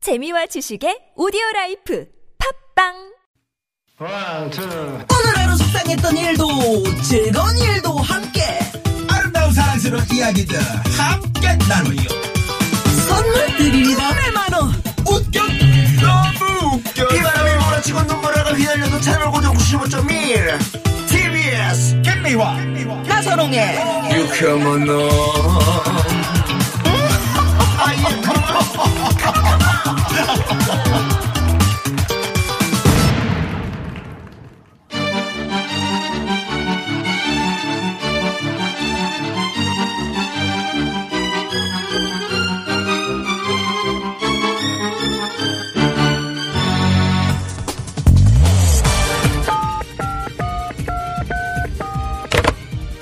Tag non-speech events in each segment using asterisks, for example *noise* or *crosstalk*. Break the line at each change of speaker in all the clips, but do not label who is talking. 재미와 지식의 오디오 라이프 팝빵
One, two.
오늘 하루 속상했던 일도 즐거운 일도 함께
아름다운 사랑스러운 이야기들 함께 나누요
선물 드립니다 100만원
웃겨 너무 웃겨
비바람이 몰아치고 눈보라가 휘날려도 채널 고정 95.1 TBS
캔미와
나선홍의
유쾌한 너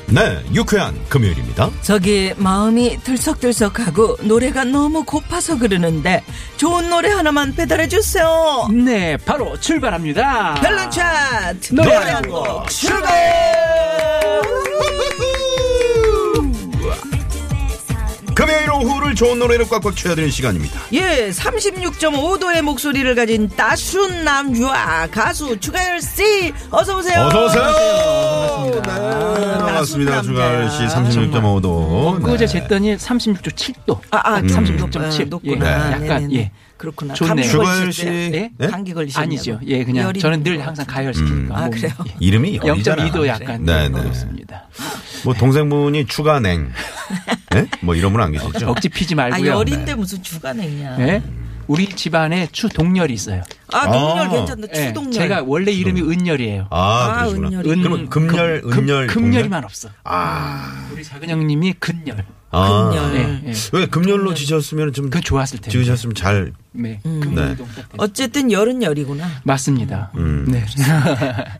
네, 유쾌한 금요일입니다.
저기 마음이 들썩들썩하고 노래가 너무 고파서 그러는데 좋은 노래 하나만 배달해주세요
네, 바로 출발합니다.
별난 차트
노래
노래
한
한곡
곡
출발
금요일 오후를 좋은 노래로 꽉꽉 채워드리는 시간입니다.
예, 36.5도의 목소리를 가진 따순 남유아 가수 추가열 씨 어서 오세요.
어서 오세요.
네,
네, 반갑습니다.
나순남자.
주가을 씨 36.5도. 네.
엊그제 쟀더니 36도 7도.
아, 아, 좀
36.7.
아, 높구나.
예, 약간,
네네네.
예.
그렇구나.
좋네요.
감기
주가열
걸리실
씨,
때
예?
감기 걸리셨
아니죠. 예, 그냥 저는 늘 항상 가열시키니까.
뭐 아,
몸이.
그래요?
예.
이름이 열이잖아.
0.2도 약간
네, 네.
그렇습니다.
뭐 동생분이 추가냉. 네? 뭐 이런 분 안 계시죠?
억지 피지
아,
말고요.
열인데 무슨 주간행이야.
네. 예? 우리 집안에 추동열이 있어요.
아, 동열
아.
괜찮다.
예,
추동열.
제가 원래 이름이 은열이에요. 네.
아,
아,
그러시구나.
은열이.
그러면 금열, 은열.
금, 열이
동열?
만 없어. 우리 작은 형님이 근열.
아.
금열.
예, 예.
왜 금열로 지셨으면 좀
그건 좋았을 텐데.
지으셨으면 잘
네.
음.
금열동 딱 됐어요.
어쨌든 열은 열이구나.
맞습니다.
음. *laughs*
네.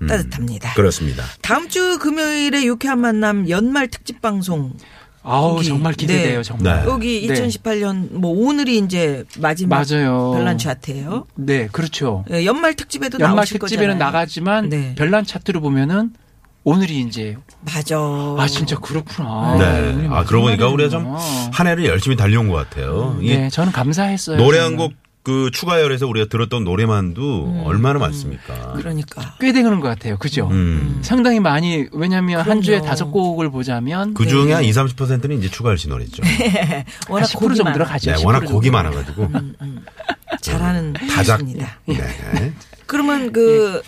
따뜻합니다.
그렇습니다.
다음 주 금요일에 유쾌한 만남 연말 특집 방송
아우
거기.
정말 기대돼요
네.
정말.
네.
여기
네.
2018년 뭐 오늘이 이제 마지막
맞아요.
별난 차트예요.
네, 그렇죠.
예, 연말 특집에도
연말
나오실
특집에는
거잖아요.
나가지만
네.
별난 차트로 보면은 오늘이 이제
맞아.
아 진짜 그렇구나.
네. 아, 그러고 보니까 우리가
정말
좀 한 해를 열심히 달려온 것 같아요. 이
네, 저는 감사했어요.
노래 한
정말. 음.
곡 그 추가열에서 우리가 들었던 노래만도 얼마나 많습니까?
그러니까.
꽤 되는 것 같아요. 그죠?
음.
상당히 많이 왜냐하면 한 주에
그럼요.
다섯 곡을 보자면 네,
그 중에 한 20, 30%는 이제 추가열 씨
*laughs*
노래죠. 네,
워낙
10%
곡이
정도로
많아.
가죠. 10%
워낙
정도.
곡이 많아가지고.
음,
잘하는
다작.
니다
예.
네.
그러면 그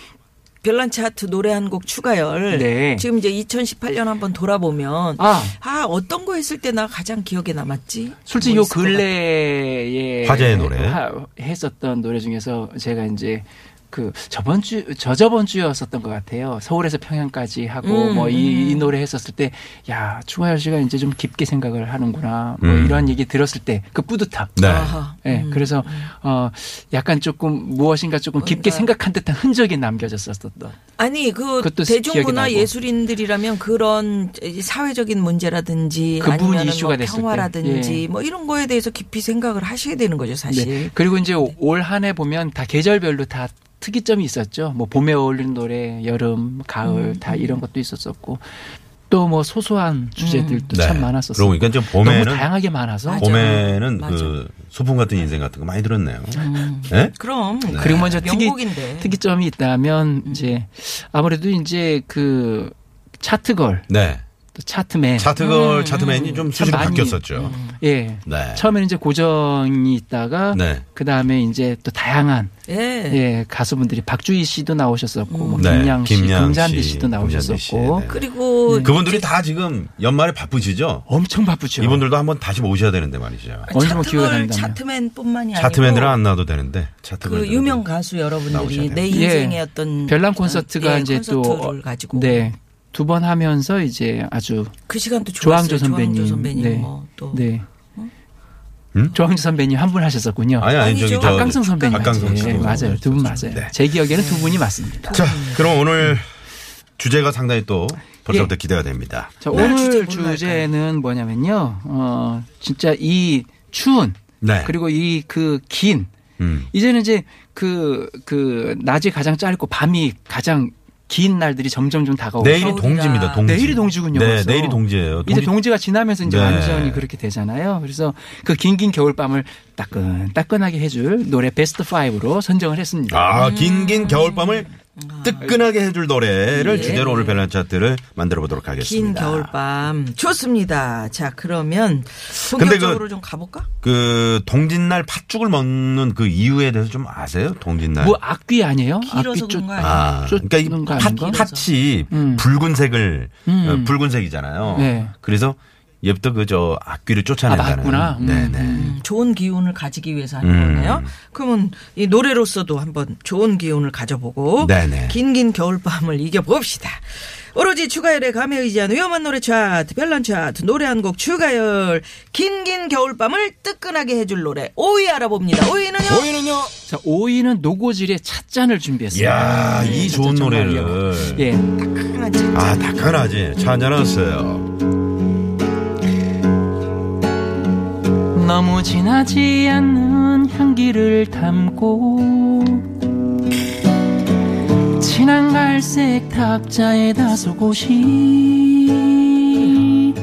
별난 차트 노래 한 곡 추가열.
네.
지금 이제 2018년 한번 돌아보면 아,
아
어떤 거 했을 때 나 가장 기억에 남았지?
솔직히
뭐
요
있을 것 같아.
근래에
화제의 노래.
하- 했었던 노래 중에서 제가 이제 그 저번 주 저저번 주였었던 것 같아요. 서울에서 평양까지 하고
음,
뭐 이 노래 했었을 때 야 추가열 씨가 이제 좀 깊게 생각을 하는구나 뭐
음.
이런 얘기 들었을 때 그 뿌듯함. *laughs*
네.
아하.
예, 그래서
음.
어 약간 조금 무엇인가 조금 깊게 생각한 듯한 흔적이 남겨졌었던.
아니 그
그것도
대중문화
기억이 나고.
예술인들이라면 그런 이 사회적인 문제라든지
그 부분이
아니면
이슈가
뭐
됐을 때.
평화라든지
예.
뭐 이런 거에 대해서 깊이 생각을 하셔야 되는 거죠 사실.
네. 그리고 이제 올 한 해 보면 다 계절별로 다 특이점이 있었죠. 뭐 봄에 어울리는 노래, 여름, 가을
음,
다 이런 것도 있었었고 또 뭐 소소한 주제들도
네.
참 많았었어요.
그러고 보니까 이제 봄에는-
너무 다양하게 많아서
맞아.
봄에는
맞아.
그 소풍 같은 인생 같은 거 많이 들었네요.
음.
네?
그럼
그리고 먼저
네.
특이,
영국인데. 음.
특이점이 있다면 이제 아무래도 이제 그 차트걸,
네.
또 차트맨
차트걸, 차트맨이 좀 수시로
음. 많이-
바뀌었었죠.
예.
네.
처음에는 이제 고정이 있다가
네.
그 다음에 이제 또 다양한
예.
예, 가수분들이 박주희 씨도 나오셨었고, 뭐
네,
김양 씨,
김양
금잔디
씨,
씨도
금잔디 씨,
나오셨었고,
네.
그리고
그분들이 다 지금 연말에 바쁘시죠?
엄청 바쁘죠.
이분들도 한번 다시 모셔야 되는데 말이죠.
언제 뭐 기회가
그 차트걸
된다면.
차트맨뿐만이 아니고
차트맨들은 안 나와도 되는데. 차트걸.
그 유명 가수 여러분들이
나오셔야
내
돼요.
인생의
예.
어떤
별난 콘서트가
예,
이제
콘서트를
또,
가지고
네. 두 번 하면서 이제 아주,
그 시간도
조항조
좋았어요.
선배님.
조항조 선배님
네.
뭐또
네. 조항주 선배님 한 분 하셨었군요.
음?
그
아니, 아니, 저기
아니죠.
저.
박강성 선배님.
박강성 씨.
네, 맞아요. 두 분 맞아요.
네.
제 기억에는 두 분이 맞습니다.
자, 그럼 오늘 주제가 상당히 또
예.
벌써부터 기대가 됩니다.
자,
오늘 주제
오늘
뭘로
주제는 뭐냐면요. 어, 진짜 이 추운,
네.
그리고 이 그 긴
음.
이제는 이제 그, 그, 낮이 가장 짧고 밤이 가장 긴 날들이 점점 좀 다가오고
내일이
서울이라.
동지입니다. 동지.
어, 내일이 동지군요.
네,
벌써.
내일이 동지예요.
이제 동지가 지나면서 이제
네.
완전히 그렇게 되잖아요. 그래서 그 긴긴 겨울밤을 따끈 따끈하게 해줄 노래 베스트 5로 선정을 했습니다.
아, 긴긴 겨울밤을
아,
뜨끈하게 해줄
예.
노래를 주제로 오늘 밸런스 차트를 만들어 보도록 하겠습니다.
긴 겨울밤 좋습니다. 자 그러면
근데
본격적으로
그-
좀 가볼까?
그 동짓날 팥죽을 먹는 그 이유에 대해서 좀 아세요? 동짓날.
뭐 악귀 아니에요?
길어서
악귀 쪽
그런 거 아니에요?
아, 그러니까 이
쫓는 거
팥,
아닌가?
팥이
음.
붉은색을
음.
어, 붉은색이잖아요.
네.
그래서 얘부터 그저 악귀를 쫓아낸다는.
아, 맞구나. 음.
네네.
음, 좋은 기운을 가지기 위해서 하는
음.
거네요. 그러면 이 노래로서도 한번 좋은 기운을 가져보고
네네.
긴긴 겨울밤을 이겨봅시다. 오로지 추가열의 감에 의지한 위험한 노래 차트, 별난 차트, 노래 한 곡 추가열, 긴긴 겨울밤을 뜨끈하게 해줄 노래 5위 알아봅니다. 5위는요?
자, 5위는 노고질의 찻잔을 준비했어요.
이야, 이 좋은 노래를.
예.
아, 다카나지. 차 한잔 하세요.
너무 진하지 않는 향기를 담고 진한 갈색 탁자에 다소곳이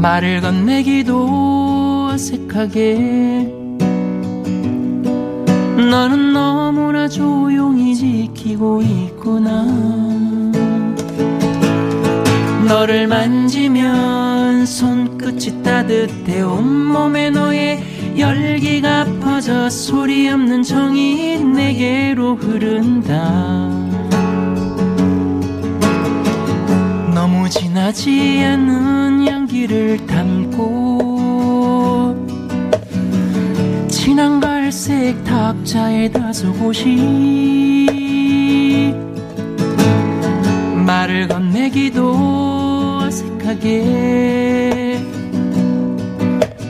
말을 건네기도 어색하게 너는 너무나 조용히 지키고 있구나 너를 만지면 손끝이 따뜻해 온몸에 너의 열기가 퍼져 소리 없는 정이 내게로 흐른다 너무 진하지 않은 향기를 담고 진한 갈색 탁자에 다소곳이 말을 건네기도 어색하게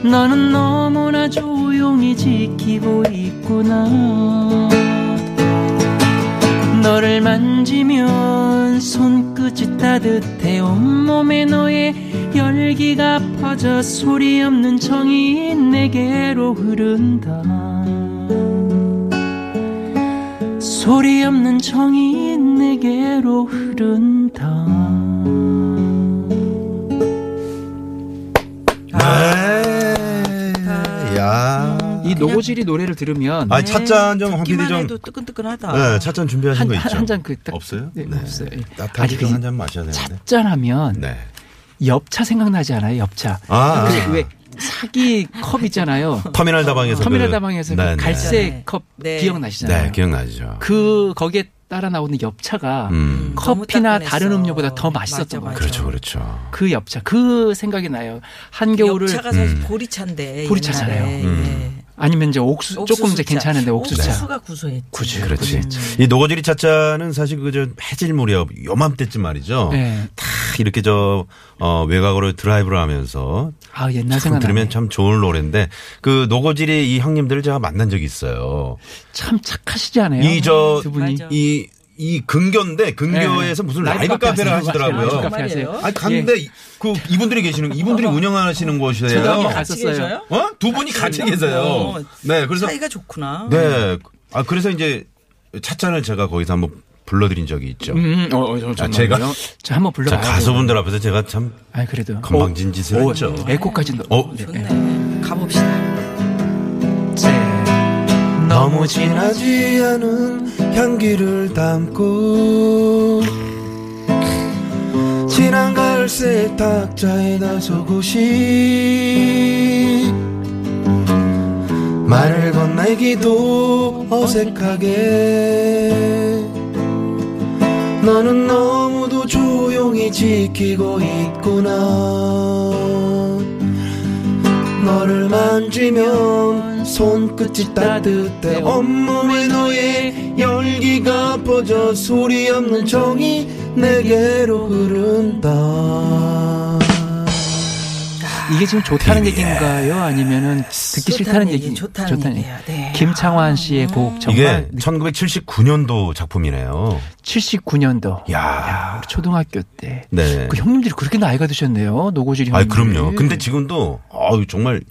너는 너무나 조용히 지키고 있구나 너를 만지면 손끝이 따뜻해 온몸에 너의 열기가 퍼져 소리 없는 정이 내게로 흐른다 소리 없는 정이 내게로 흐른다.
네. 야.
이 노고질이 노래를 들으면
아니, 찻잔 좀 황피디
듣기만
좀.
해도 뜨끈뜨끈하다.
네, 찻잔 준비하신 거
한
있죠?
한 잔 그 딱
없어요?
네, 없어요. 예.
따뜻한
아니,
거
그
한 잔 마셔야 되는데.
짭짤하면
네.
엽차 생각나지 않아요? 엽차.
아,
그
아.
왜 사기 컵
*laughs*
있잖아요.
터미널 다방에서.
터미널
그-
다방에서
네,
그
네.
네.
갈색 컵
네.
기억나시잖아요.
네, 기억나죠.
그 거기에 따라 나오는 엽차가
음.
너무
커피나
따끈했어.
다른 음료보다 더
맞아,
맛있었던 것
맞아.
같아요.
그렇죠, 그렇죠.
그 엽차 그 생각이 나요. 한겨울을
차가 사실 보리차인데.
보리차잖아요.
옛날에. 예.
음.
아니면 이제 옥수, 조금 이제
옥수수차.
괜찮은데 옥수차.
네.
옥수수가 구수했지.
그렇지. 이 노고지리 차차는 사실 그저 해질 무렵 요맘때쯤 말이죠.
네.
다 이렇게 저 어, 외곽으로 드라이브를 하면서
아
참
옛날 생각
들으면
들으면
참 좋은 노래인데 그 노고지리 이 형님들을 제가 만난 적이 있어요.
참 착하시지 않아요?
이 저
두 분이.
맞아.
이 이 근교인데 근교에서
네.
무슨 라이브
라이브 카페
카페를
하세요.
하시더라고요.
라이브 카페 하세요.
아니 갔는데 그 이분들이 계시는 이분들이 운영하시는
저도
곳이에요.
한번 갔었어요.
계셔요?
어? 두 분이 같이 계세요.
어,
네, 그래서
사이가 좋구나.
네. 아 그래서 이제 찻잔을 제가 거기서 한번 불러드린 적이 있죠.
음, 어, 어, 저,
아, 제가?
저 한번
자,
불러봐요. 어,
가수분들 앞에서 제가 참
아, 그래도.
건방진 짓을
오,
했죠.
에코까지 넣
어?
네.
좋네. 가봅시다.
너무 진하지.
않은 향기를 담고 진한 갈색 탁자에 나서고시 말을 건네기도 어색하게 너는 너무도 조용히 지키고 있구나 너를 만지면 손끝이 따뜻해 온몸에 너의 열기가 퍼져 소리 없는 정이 내게로 흐른다
이게 지금 좋다는 얘기인가요? 아니면은 듣기
좋다는
싫다는
얘기,
얘기?
좋다는 얘기야. 네.
김창완 씨의 곡 정말
이게 1979년도 작품이네요
79년도.
야
초등학교 때.
네.
그 형님들이 그렇게 나이가 음. 드셨네요. 노고질이
아
형님.
그럼요 근데 지금도 아유 정말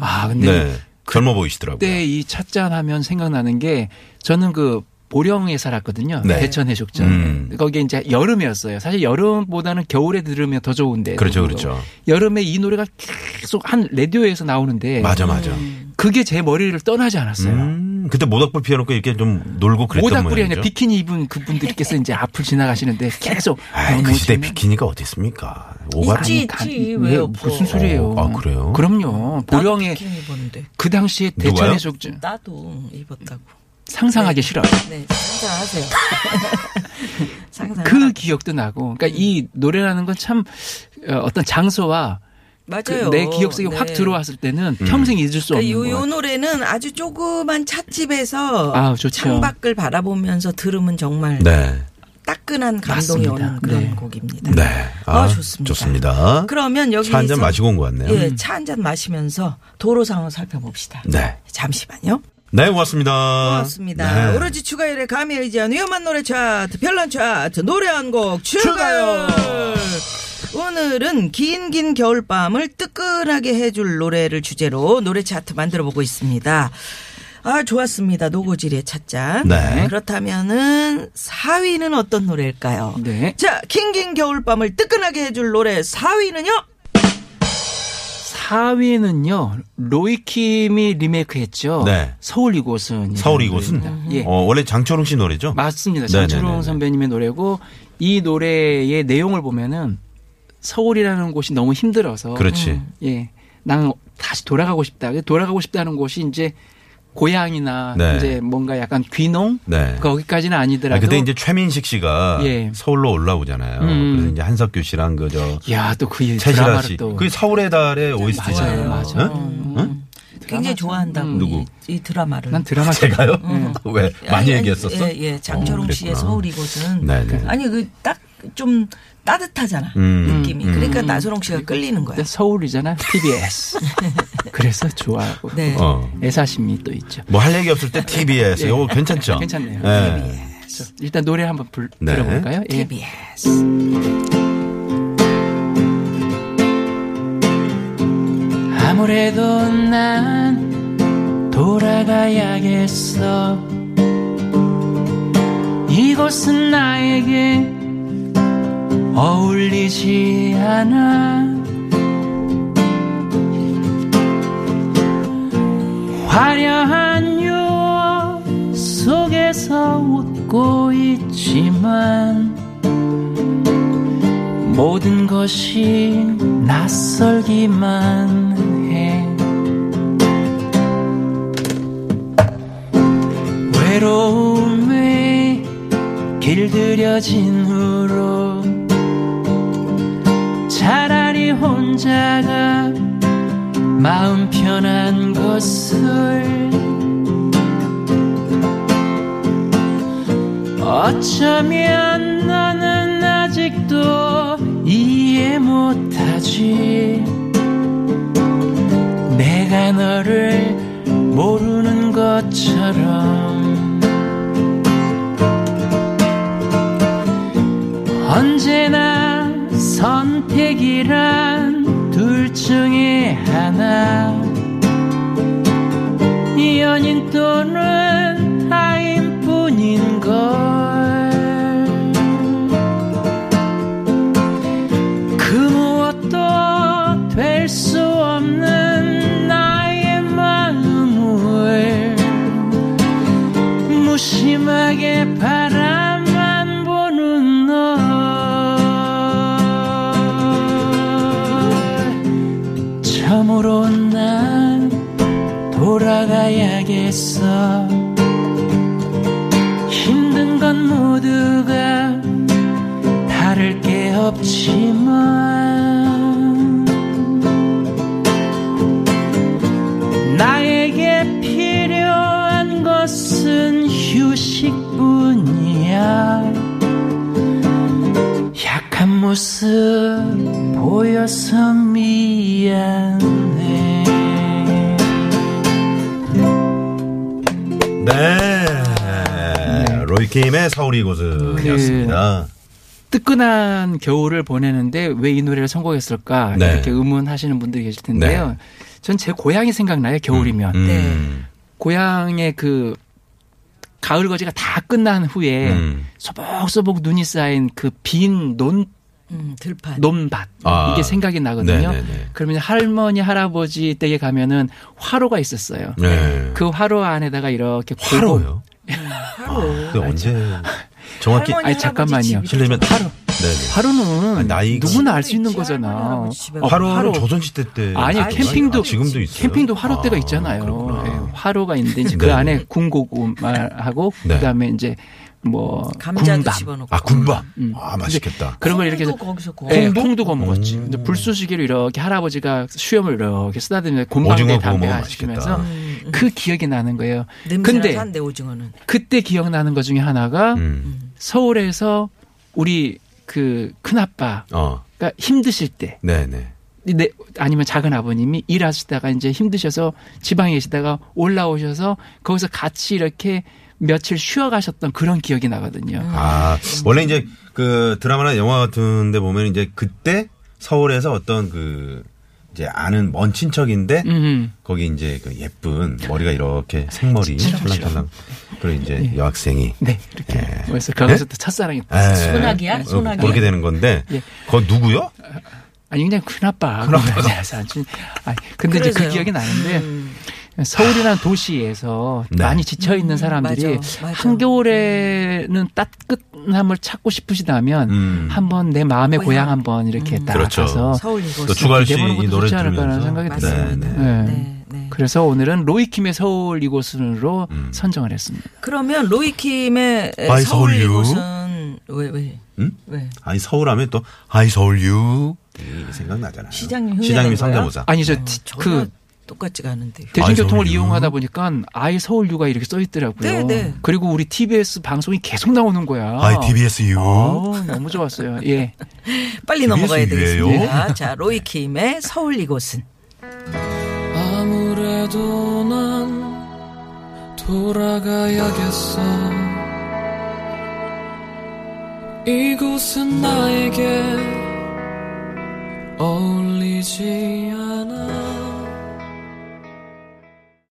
아, 근데
네 젊어 보이시더라고요
그때 이 찻잔 하면 생각나는 게 저는 그 보령에 살았거든요.
네.
대천 해적촌.
음.
거기에 이제 여름이었어요. 사실 여름보다는 겨울에 들으면 더 좋은데.
그렇죠,
너무.
그렇죠.
여름에 이 노래가 계속 한 라디오에서 나오는데
맞아, 맞아.
음. 그게 제 머리를 떠나지 않았어요.
음, 그때 모닥불 피워놓고 이렇게 좀 놀고 그랬던
모닥불이
모양이죠.
아니라 비키니 입은 그분들께서 이제 앞을 지나가시는데 계속
*laughs* 아이,
너무
그 시대
지금
비키니가 어디 있습니까? 오가는
있지.
간-
있지, 왜 없어.
무슨 소리예요?
어, 아, 그래요?
그럼요. 보령에
나도 비키니 입었는데.
그 당시에
누가요?
대천의 속주
아, 나도 입었다고.
상상하기 싫어.
네, 상상하세요. 상상.
그 기억도 나고. 그러니까 이 노래라는 건 참 어떤 장소와 그
맞아요.
내 기억 속에
네. 그
확
그러니까
들어왔을 때는 평생 잊을 수 없는
요,
거예요.
요 노래는 아주 조그만 찻집에서
아, 좋죠.
창밖을 바라보면서 들으면 정말
네.
따끈한 감동이
맞습니다.
오는 그런
네.
곡입니다.
네.
아, 좋습니다.
좋습니다.
그러면 여기
차 한 잔 마시고 온 것 같네요. 음.
예, 차 한 잔 마시면서 도로 상황 살펴봅시다.
네.
잠시만요.
네, 고맙습니다.
고맙습니다.
네.
오로지 추가열에 감히 의지한 위험한 노래 차트, 별난 차트, 노래 한 곡 추가열. 오늘은 긴긴 겨울밤을 뜨끈하게 해줄 노래를 주제로 노래 차트 만들어 보고 있습니다. 아, 좋았습니다. 노고지리의 찻잔.
네.
그렇다면은 4위는 어떤 노래일까요?
네.
자, 긴긴 겨울밤을 뜨끈하게 해줄 노래 4위는요?
4위는요 로이킴이 리메이크했죠.
네.
서울 이곳은
서울 이곳은
음.
예.
어, 원래 장철웅 씨 노래죠?
맞습니다.
네네네네.
장철웅 선배님의 노래고 이 노래의 내용을 보면은 서울이라는 곳이 너무 힘들어서
그렇지.
예, 난 다시 돌아가고 싶다. 돌아가고 싶다는 곳이 이제 고향이나
네.
이제 뭔가 약간 귀농
네.
거기까지는 아니더라도
아, 그때 이제 최민식 씨가
예.
서울로 올라오잖아요.
음.
그래서 이제 한석규 씨랑 그저
야 또 그
최시라
드라마를
씨.
또
그게 서울의 달의
맞아요,
OST잖아요.
맞아요.
음. 굉장히 좋아한다고
음. 누구?
이, 이 드라마를.
난 드라마
*laughs* 제가요? 왜 많이
아니, 아니,
얘기했었어?
예, 예. 장철웅
어,
씨의
그랬구나.
서울 이곳은
네네.
아니 그 딱 좀 따뜻하잖아
음,
느낌이. 그러니까 나선홍 씨가 끌리는 거야.
그때 네,
*laughs*
서울이잖아 TBS. 그래서 좋아하고
네.
어.
애사심이 또 있죠.
뭐 할 얘기 없을 때
*laughs*
TBS. 요거 괜찮죠?
예. 괜찮네요.
예.
그래서 일단 노래 한번 불,
네.
들어볼까요? 예.
TBS.
아무래도 난 돌아가야겠어 이곳은 나에게 어울리지 않아 화려한 유혹 속에서 웃고 있지만 모든 것이 낯설기만 해 외로움에 길들여진 후로 차라리 혼자가 마음 편한 것을 어쩌면 너는 아직도 이해 못하지 내가 너를 모르는 것처럼 언제나 선택이란 둘 중에 하나 이 연인 또는 타인뿐인 걸 그 무엇도 그 될 수 없는 나의 마음을 무심하게 바라만 보는 너 참으로 난 돌아가야겠어 힘든 건 모두가 다를 게 없지만 나에게 필요한 것은 휴식뿐이야 약한 모습 보여서 미안해
네. 로이킴의 서울 이곳은이었습니다.
뜨끈한 겨울을 보내는데 왜 이 노래를 선곡했을까
네.
이렇게 의문하시는 분들이 계실 텐데요.
네.
그 전 제 고향이 생각나요. 겨울이면
음.
고향의 그 가을 거지가 다 끝난 후에
음.
소복소복 눈이 쌓인 그 빈 논
음, 들판.
논밭
아.
이게 생각이 나거든요.
네네네.
그러면 할머니 할아버지 댁에 가면은 화로가 있었어요.
네.
그 화로 안에다가 이렇게 고고-
화로요.
하루.
그
*laughs*
언제 정확히
할머니,
아니, 잠깐만요.
할아버지 집이라서.
실례면
화로.
네네.
화로는
아니, 나이가-
누구나 알 수 있는
네, 있지, 할머니,
거잖아.
할아버지 집에
어,
화로는 조선시대 때
아니요
있었나요?
캠핑도
아, 지금도 있어요.
캠핑도 화로대가
아,
있잖아요.
그렇구나.
예, 화로가 있는데 이제 그
네.
안에 군고구마하고
네.
그다음에 이제 뭐
감자도
군밤
집어넣고.
아 군밥. 아 맛있겠다.
그런 걸 이렇게 해서
콩도 거기서 구워.
예, 콩도 구워 먹었지.
음.
근데 불쏘시개로 이렇게 할아버지가 수염을 이렇게 쓰다듬으면 곰방대
오징어 구워
담배
먹으면
하시면서
맛있겠다.
그 기억이 나는 거예요.
음, 냄새나
근데
산데 오징어는.
그때 기억나는 것 중에 하나가
음.
서울에서 우리 그 큰아빠가
어.
힘드실 때
네네.
네, 아니면 작은 아버님이 일하시다가 이제 힘드셔서 지방에 계시다가 올라오셔서 거기서 같이 이렇게 며칠 쉬어가셨던 그런 기억이 나거든요.
아 원래 이제 그 드라마나 영화 같은데 보면 이제 그때 서울에서 어떤 그 이제 아는 먼 친척인데
음.
거기 이제 그 예쁜 머리가 이렇게 생머리 찰랑찰랑 그런 이제 여학생이
네, 이렇게. 그래서 거기서 또 첫사랑이
에,
소나기야?
어,
소나기?
그렇게 되는 건데
아, 예.
그거 누구요?
아니 그냥 큰아빠. 큰아빠. 아니, 근데 이제 그
그래서요.
기억이 나는데 서울이라는 도시에서
네.
많이 지쳐 있는 사람들이
맞아, 맞아.
한겨울에는 따뜻함을 찾고 싶으시다면
음.
한번 내 마음의
고향.
고향 한번 이렇게 딱
그렇죠.
가서
서울 이곳.
또 추가할 수
기대보는
있는
것도
노래
좋지 않을까라는
들으면서
생각이
네,
맞습니다.
네.
네.
네, 네.
그래서 오늘은 로이킴의 서울 이곳으로
음.
선정을 했습니다.
그러면 로이킴의
아이,
서울
서울유.
이곳은 왜 왜?
응?
왜?
아니 서울하면 또 아이 서울유 이게 생각나잖아요.
시장님 흉내낸
시장님
거예요?
상대모사.
아니죠.
어, 전혀
그
똑같지가 않은데.
대중교통을
아이 서울유.
이용하다 보니까 아예 서울유가 이렇게 써 있더라고요.
네, 네.
그리고 우리 TBS 방송이 계속 나오는 거야.
아이 TBS유.
어, 너무 좋았어요. 예.
빨리
TBS
넘어가야
유예요?
되겠습니다. 자, 로이킴의 서울 이곳은.
아무래도 난 돌아가야겠어. 이곳은 나에게 어울리지